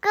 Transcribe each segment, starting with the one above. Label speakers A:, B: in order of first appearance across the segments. A: 哥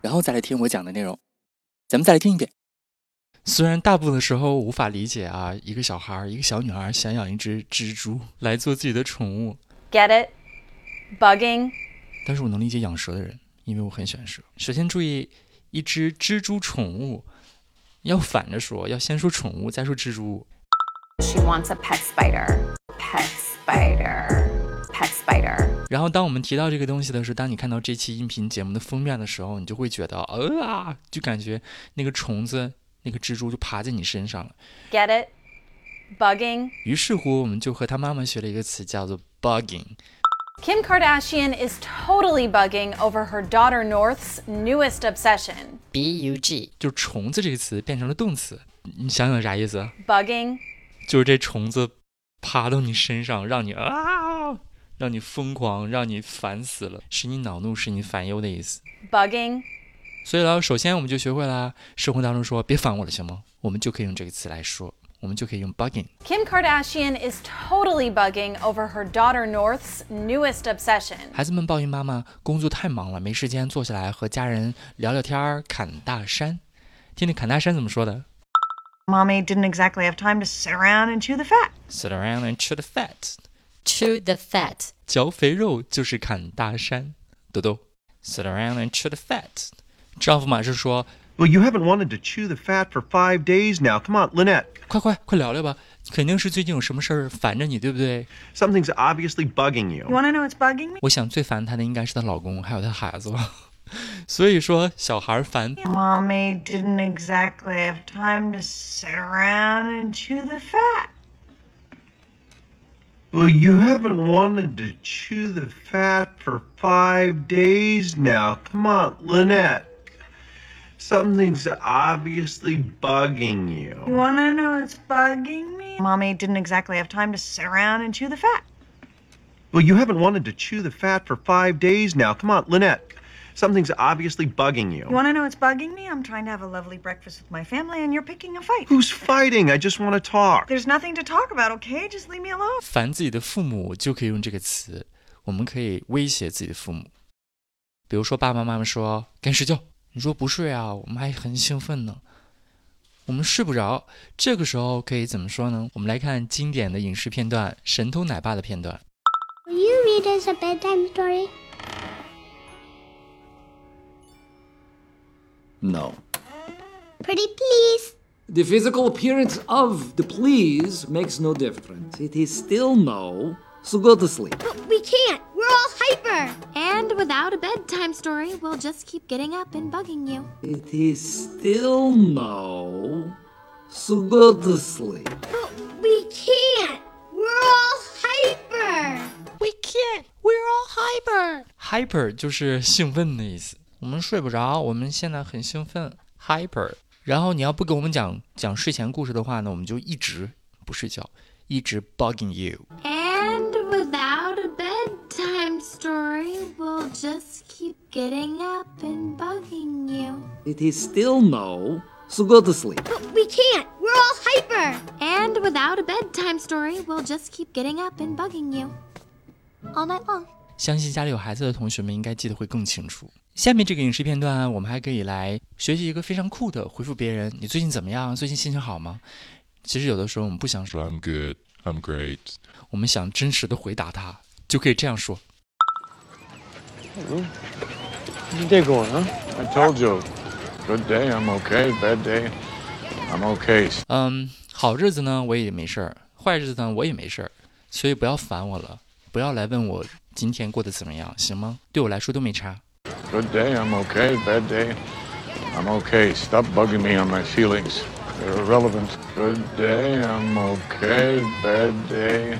B: 然后再来听我讲的内容。咱们再来听一遍。
C: 虽然大部分的时候无法理解啊，一个小孩儿、一个小女孩儿想养一只蜘蛛来做自己的宠物，
D: Get it? Bugging?
C: 但是我能理解养蛇的人，因为我很喜欢蛇。首先注意，一只蜘蛛宠物要反着说，要先说宠物，再说蜘蛛。
D: She wants a pet spider. Pet spider. Pet spider.
C: 然后当我们提到这个东西的时候，当你看到这期音频节目的封面的时候，你就会觉得，呃啊，就感觉那个虫子、那个蜘蛛就爬在你身上了。
D: Get it? Bugging?
C: 于是乎，我们就和他妈妈学了一个词，叫做 bugging。
D: Kim Kardashian is totally bugging over her daughter North's newest obsession.
E: B U G
C: 就是虫子这个词变成了动词，你想想啥意思？
D: Bugging?
C: 就是这虫子爬到你身上，让你啊，让你疯狂，让你烦死了，使你恼怒，使你烦忧的意思。
D: Bugging?
C: 所以呢，首先我们就学会了生活当中说别烦我了，行吗？我们就可以用这个词来说，我们就可以用 bugging。
D: Kim Kardashian is totally bugging over her daughter North's newest obsession.
C: 孩子们抱怨妈妈工作太忙了，没时间坐下来和家人聊聊天儿、侃大山。听听侃大山怎么说的
F: Mommy didn't exactly have time to sit around and chew the fat.
C: ？Sit around and chew the fat，
E: chew the fat
C: 嚼肥肉就是砍大山。豆豆，sit around and chew the fat。丈夫马上说
G: Well, you haven't wanted to chew the fat for five days now. Come on, Lynette.：“
C: 快快快聊聊吧，肯定是最近有什么事儿烦着你，对不对
G: Something's obviously bugging
F: You
G: you.
F: want to know what's bugging me?？”
C: 我想最烦她的应该是她老公还有她孩子 吧。所以说，小孩烦
F: Mommy didn't exactly have time to sit around and chew the fat.
G: Well, you haven't wanted to chew the fat for five days now. Come on, Lynette. Something's obviously bugging
F: You
G: you.
F: want to know what's bugging me? Mommy didn't exactly have time to sit around and chew the fat.
G: Well, you haven't wanted to chew the fat for five days now. Come on, Lynette. Something's obviously bugging
F: You
G: you.
F: want to know what's bugging me? I'm trying to have a lovely breakfast with my family and you're picking a fight.
G: Who's fighting? I just want to talk.
F: There's nothing to talk about, okay? Just leave me alone.
C: 烦自己的父母就可以用这个词，我们可以威胁自己的父母，比如说爸爸妈妈说该睡觉，你说不睡啊，我们还很兴奋呢，我们睡不着，这个时候可以怎么说呢？我们来看经典的影视片段《神偷奶爸》的片段，
H: Will you read us a bedtime story?
I: No.
H: Pretty please.
I: The physical appearance of the please makes no difference. It is still no, so go to sleep.
H: But we can't. We're all hyper.
J: And without a bedtime story, we'll just keep getting up and bugging you.
I: It is still no, so go to sleep.
H: But we can't. We're all hyper.
E: We can't. We're all hyper.
C: hyper 就是兴奋的意思。我们睡不着，我们现在很兴奋，hyper。然后你要不给我们讲讲睡前故事的话呢，我们就一直不睡觉，一直 bugging you。
J: And without a bedtime story, we'll just keep getting up and bugging you.
I: It is still no, so go to sleep.
H: But we can't. We're all hyper.
J: And without a bedtime story, we'll just keep getting up and bugging you. All night long.
C: 相信家里有孩子的同学们应该记得会更清楚。下面这个影视片段，我们还可以来学习一个非常酷的回复别人：“你最近怎么样？最近心情好吗？”其实有的时候我们不想说 “I'm good, I'm great”，我们想真实的回答他，就可以这样说
K: I told you, good day, I'm okay. Bad day, I'm okay.：“
C: 嗯，好日子呢我也没事儿，坏日子呢我也没事儿，所以不要烦我了，不要来问我今天过得怎么样，行吗？对我来说都没差。
K: Good day, I'm okay. Bad day, I'm okay. Stop bugging me on my feelings. They're irrelevant. Good day, I'm okay. Bad day,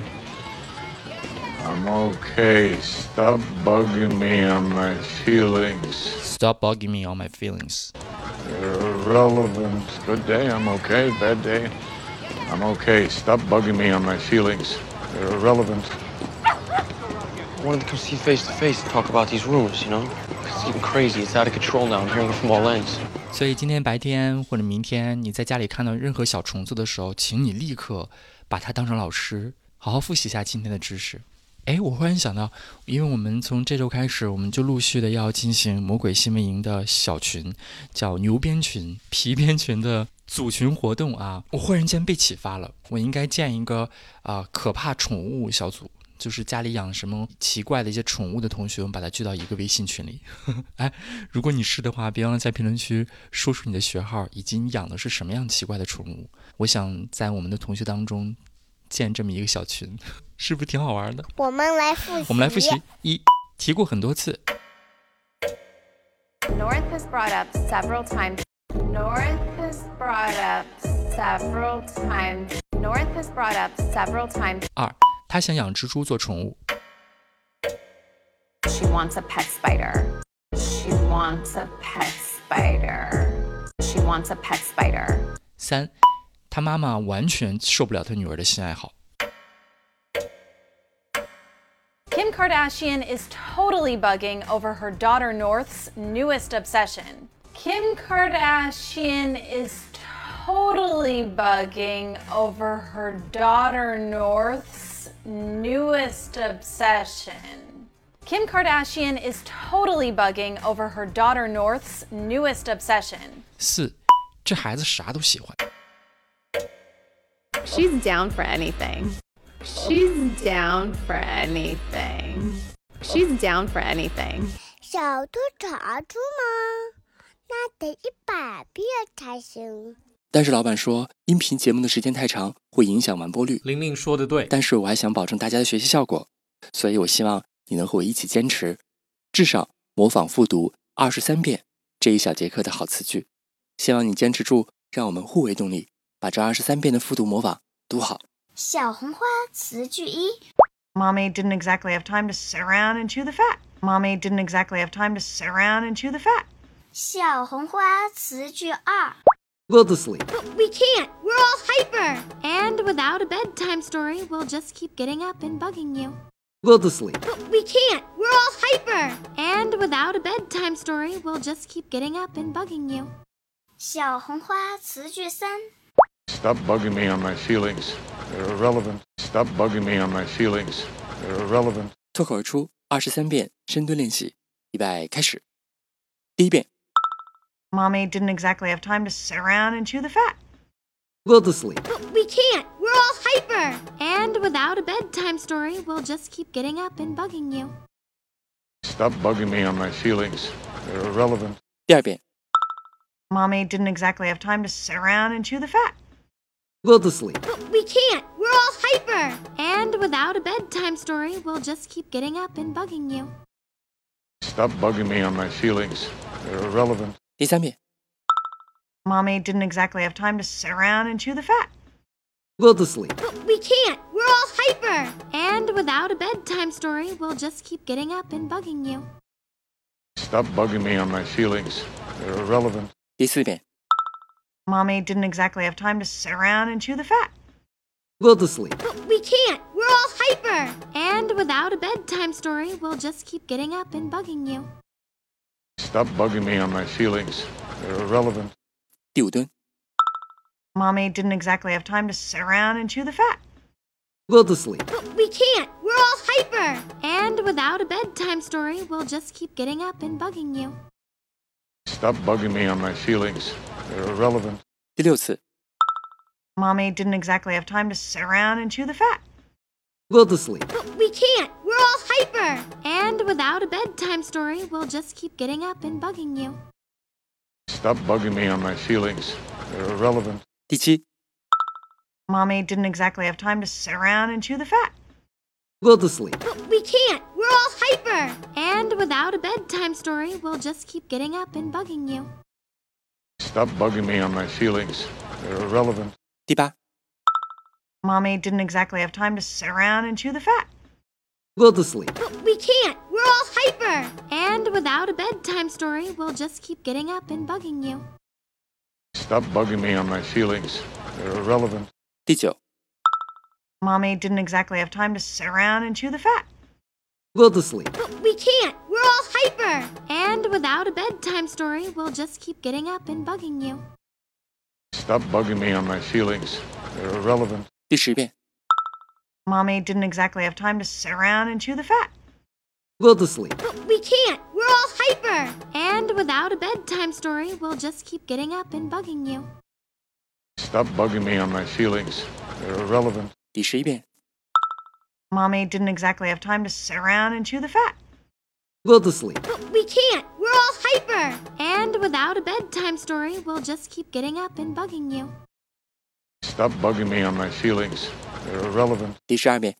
K: I'm okay. Stop bugging me on my feelings.
C: Stop bugging me on my feelings。
K: Irrelevant. Good day, I'm okay. Bad day, I'm okay. Stop bugging me on my feelings. They're irrelevant.
L: I wanted to come see you face to face to talk about these rumors, you know? It's getting crazy. It's out of control now. I'm hearing it from all ends.
C: 所以今天白天或者明天，你在家里看到任何小虫子的时候，请你立刻把它当成老师，好好复习一下今天的知识。哎，我忽然想到，因为我们从这周开始，我们就陆续的要进行魔鬼新闻营的小群，叫牛鞭群、皮鞭群的组群活动啊。我忽然间被启发了，我应该建一个啊、可怕宠物小组，就是家里养什么奇怪的一些宠物的同学，我们把它聚到一个微信群里。哎，如果你是的话，别忘了在评论区说出你的学号以及你养的是什么样奇怪的宠物。我想在我们的同学当中建这么一个小群， 是不是挺好玩的？
M: 我们来复
H: 啊
M: 习。
C: 我们来复习。一，提过很多次
D: North has brought up several times. North has brought up several times. North has brought up several times.
C: 二，他想养蜘蛛做宠物。
D: She wants a pet spider. She wants a pet spider. She wants a pet spider.
C: 三，他妈妈完全受不了他女儿的新爱好。
D: Kim Kardashian is totally bugging over her daughter North's newest obsession. Kim Kardashian is totally bugging over her daughter North's newest obsession. Kim Kardashian is totally bugging over her daughter North's newest obsession.
C: 四，这孩子啥都喜欢。
N: She's down for anything. She's down for anything. She's down for anything.
M: 小兔查出吗？那得一百遍才行。
O: 但是老板说，音频节目的时间太长，会影响完播率。
P: 玲玲说的对，
O: 但是我还想保证大家的学习效果，所以我希望你能和我一起坚持，至少模仿复读二十三遍这一小节课的好词句。希望你坚持住，让我们互为动力，把这二十三遍的复读模仿读好。
Q: 小红花词句一，
F: Mommy didn't exactly have time to sit around and chew the fat. Mommy didn't exactly have time to sit around and chew the fat.
Q: 小红花词句二，
I: Go to sleep.
H: But we can't. We're all hyper. And without a bedtime story, we'll just keep getting up and bugging you.
I: Go to sleep.
H: But we can't. We're all hyper. And without a bedtime story, we'll just keep getting up and bugging you.
Q: 小红花词句三，
K: Stop bugging me on my feelings. They're irrelevant. Stop bugging me on my feelings. They're irrelevant.
O: 脱口而出二十三遍深蹲练习，预备开始。第一遍，
F: Mommy didn't exactly have time to sit around and chew the fat.
I: Go to sleep.
H: But we can't. We're all hyper. And without a bedtime story, we'll just keep getting up and bugging you.
K: Stop bugging me on my feelings. They're irrelevant.
O: 第二遍，
F: Mommy didn't exactly have time to sit around and chew the fat.
I: Go to sleep.
H: But we can't. We're all hyper. And without a bedtime story, we'll just keep getting up and bugging you.
K: Stop bugging me on my feelings. They're irrelevant.
O: 第三遍，
F: Mommy didn't exactly have time to sit around and chew the fat.
I: Go to sleep.
H: But we can't. We're all hyper. And without a bedtime story, we'll just keep getting up and bugging you.
K: Stop bugging me on my feelings. They're irrelevant.
O: 第四遍，
F: Mommy didn't exactly have time to sit around and chew the fat.
I: Go to sleep.
H: But we can't. We're all hyper. And without a bedtime story, we'll just keep getting up and bugging you.
K: Stop bugging me on my feelings. They're irrelevant.
O: 第五蹲，
F: Mommy didn't exactly have time to sit around and chew the fat.
I: Go to sleep.
H: But we can't. We're all hyper. And without a bedtime story, we'll just keep getting up and bugging you.
K: Stop bugging me on my feelings. They're irrelevant.
O: 第六次，
F: Mommy didn't exactly have time to sit around and chew the fat.
I: Go to sleep.
H: But we can't. We're all hyper. And without a bedtime story, we'll just keep getting up and bugging you.
K: Stop bugging me on my feelings. They're irrelevant.
O: 第七，
F: Mommy didn't exactly have time to sit around and chew the fat.
I: Go to sleep.
H: But we can't. We're all hyper. And without a bedtime story, we'll just keep getting up and bugging you.
K: Stop bugging me on my feelings. They're irrelevant.
O: 第八，
F: Mommy didn't exactly have time to sit around and chew the fat.
I: Go to sleep.
H: But we can't. We're all hyper. And without a bedtime story, we'll just keep getting up and bugging you.
K: Stop bugging me on my feelings. They're irrelevant.
B: 第九，
F: Mommy didn't exactly have time to sit around and chew the fat.
I: Go to sleep.
H: But we can't. We're all hyper. And without a bedtime story, we'll just keep getting up and bugging you.
K: Stop bugging me on my feelings. They're irrelevant.
B: 第十遍，
F: Mommy didn't exactly have time to sit around and chew the fat.
I: Go to sleep.
H: But we can't. We're all hyper. And without a bedtime story, we'll just keep getting up and bugging you.
K: Stop bugging me on my feelings. They're irrelevant.
B: 第十一遍，
F: Mommy didn't exactly have time to sit around and chew the fat.
I: Go to sleep.
H: But we can't. We're all hyper. And without a bedtime story, we'll just keep getting up and bugging you.
K: Stop bugging me on my feelings. They're irrelevant.
B: 第十二遍，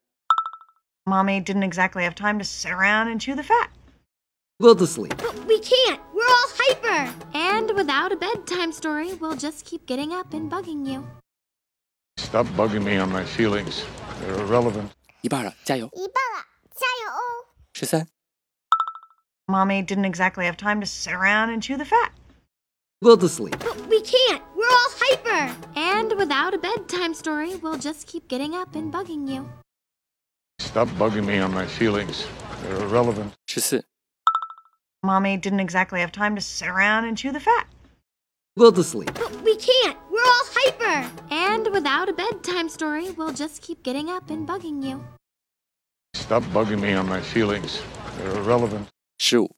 F: Mommy didn't exactly have time to sit around and chew the fat.
I: Go to sleep.
H: But we can't. We're all hyper. And without a bedtime story, we'll just keep getting up and bugging you.
K: Stop bugging me on my feelings. They're irrelevant.
B: 一半了，加油！
R: 一半了，加油哦！
B: 十三、
F: Mommy didn't exactly have time to sit around and chew the fat.
I: Go to sleep.
H: But we can't. We're all hyper. And without a bedtime story, we'll just keep getting up and bugging you.
K: Stop bugging me on my feelings. They're irrelevant.
B: 十四、
F: Mommy didn't exactly have time to sit around and chew the fat.
I: Go to sleep.
H: But we can't. We're all hyper. And without a bedtime story, we'll just keep getting up and bugging you.
K: Stop bugging me on my feelings. They're irrelevant.
B: 十五、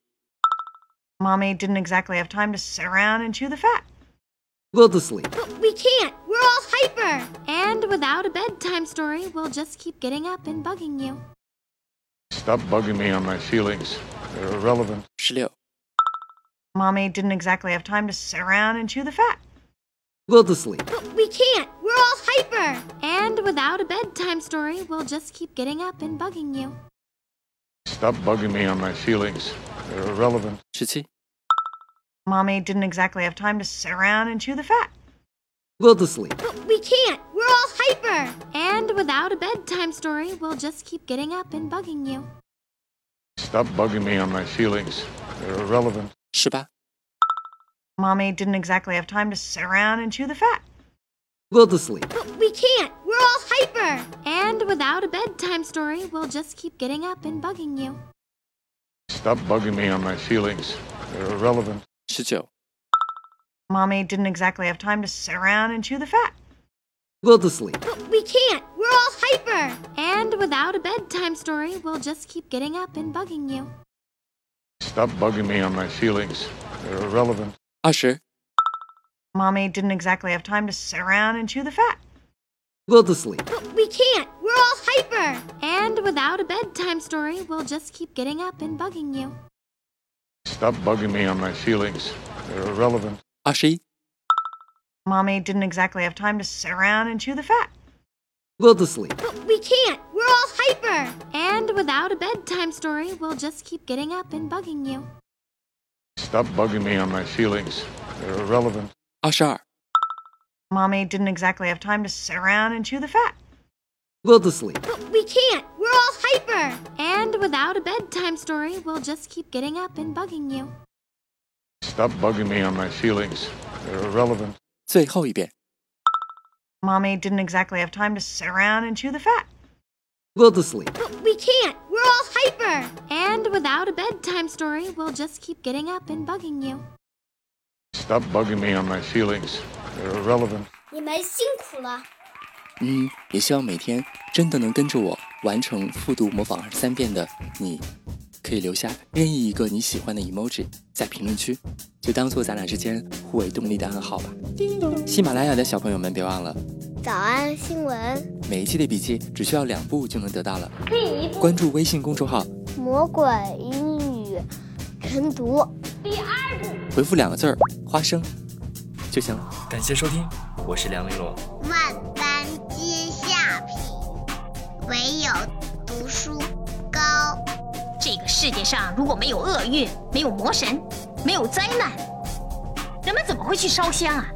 F: Mommy didn't exactly have time to sit around and chew the fat.
I: Go to sleep.
H: But we can't. We're all hyper. And without a bedtime story, we'll just keep getting up and bugging you.
K: Stop bugging me on my feelings. They're irrelevant.
B: 十六、
F: Mommy didn't exactly have time to sit around and chew the fat.
I: Go to sleep.
H: But we can't. We're all hyper. And without a bedtime story, we'll just keep getting up and bugging you.
K: Stop bugging me on my feelings. They're irrelevant.
B: 十七、
F: Mommy didn't exactly have time to sit around and chew the fat.
I: Go to sleep.
H: But we can't. We're all hyper. And without a bedtime story, we'll just keep getting up and bugging you.
K: Stop bugging me on my feelings. They're irrelevant.
B: 十八、
F: Mommy didn't exactly have time to sit around and chew the fat.
I: Go to sleep.
H: But we can't. We're all hyper. And without a bedtime story, we'll just keep getting up and bugging you.
K: Stop bugging me on my feelings. They're irrelevant.
B: 十九、
F: Mommy didn't exactly have time to sit around and chew the fat.
I: Go to sleep.
H: But we can't. We're all hyper. And without a bedtime story, we'll just keep getting up and bugging you.
K: Stop bugging me on my feelings. They're irrelevant.
B: 二十、
F: Mommy didn't exactly have time to sit around and chew the fat.
I: Go to sleep.
H: But we can't. We're all hyper. And without a bedtime story, we'll just keep getting up and bugging you.
K: Stop bugging me on my feelings. They're irrelevant.
B: 二十一、
F: Mommy didn't exactly have time to sit around and chew the fat.
I: Go to sleep.
H: But we can't. We're all hyper. And without a bedtime story, we'll just keep getting up and bugging you.
K: Stop bugging me on my feelings. They're irrelevant.
B: 二十二、
F: Mommy didn't exactly have time to sit around and chew the fat.
I: Go to sleep.
H: But we can't. We're all hyper. And without a bedtime story, we'll just keep getting up and bugging you.
K: Stop bugging me on my feelings. They're irrelevant.
B: 最后一遍。
F: Mommy didn't exactly have time to sit around and chew the fat.
I: Go to sleep.
H: But we can't. We're all hyper. And without a bedtime story, we'll just keep getting up and bugging you.
K: Stop bugging me on my feelings. They're irrelevant.
R: 你们辛苦了。
B: 嗯，也希望每天真的能跟着我完成复读模仿二十三遍的你，可以留下任意一个你喜欢的 emoji 在评论区，就当做咱俩之间互为动力的暗号吧。喜马拉雅的小朋友们别忘了，
R: 早安新闻，
B: 每一期的笔记只需要两步就能得到了。关注微信公众号，
R: 魔鬼英语晨读。
B: 回复两个字儿“花生”就行了。感谢收听，我是梁丽罗。
R: 万般皆下品，唯有读书高。
S: 这个世界上如果没有厄运，没有魔神，没有灾难，人们怎么会去烧香啊？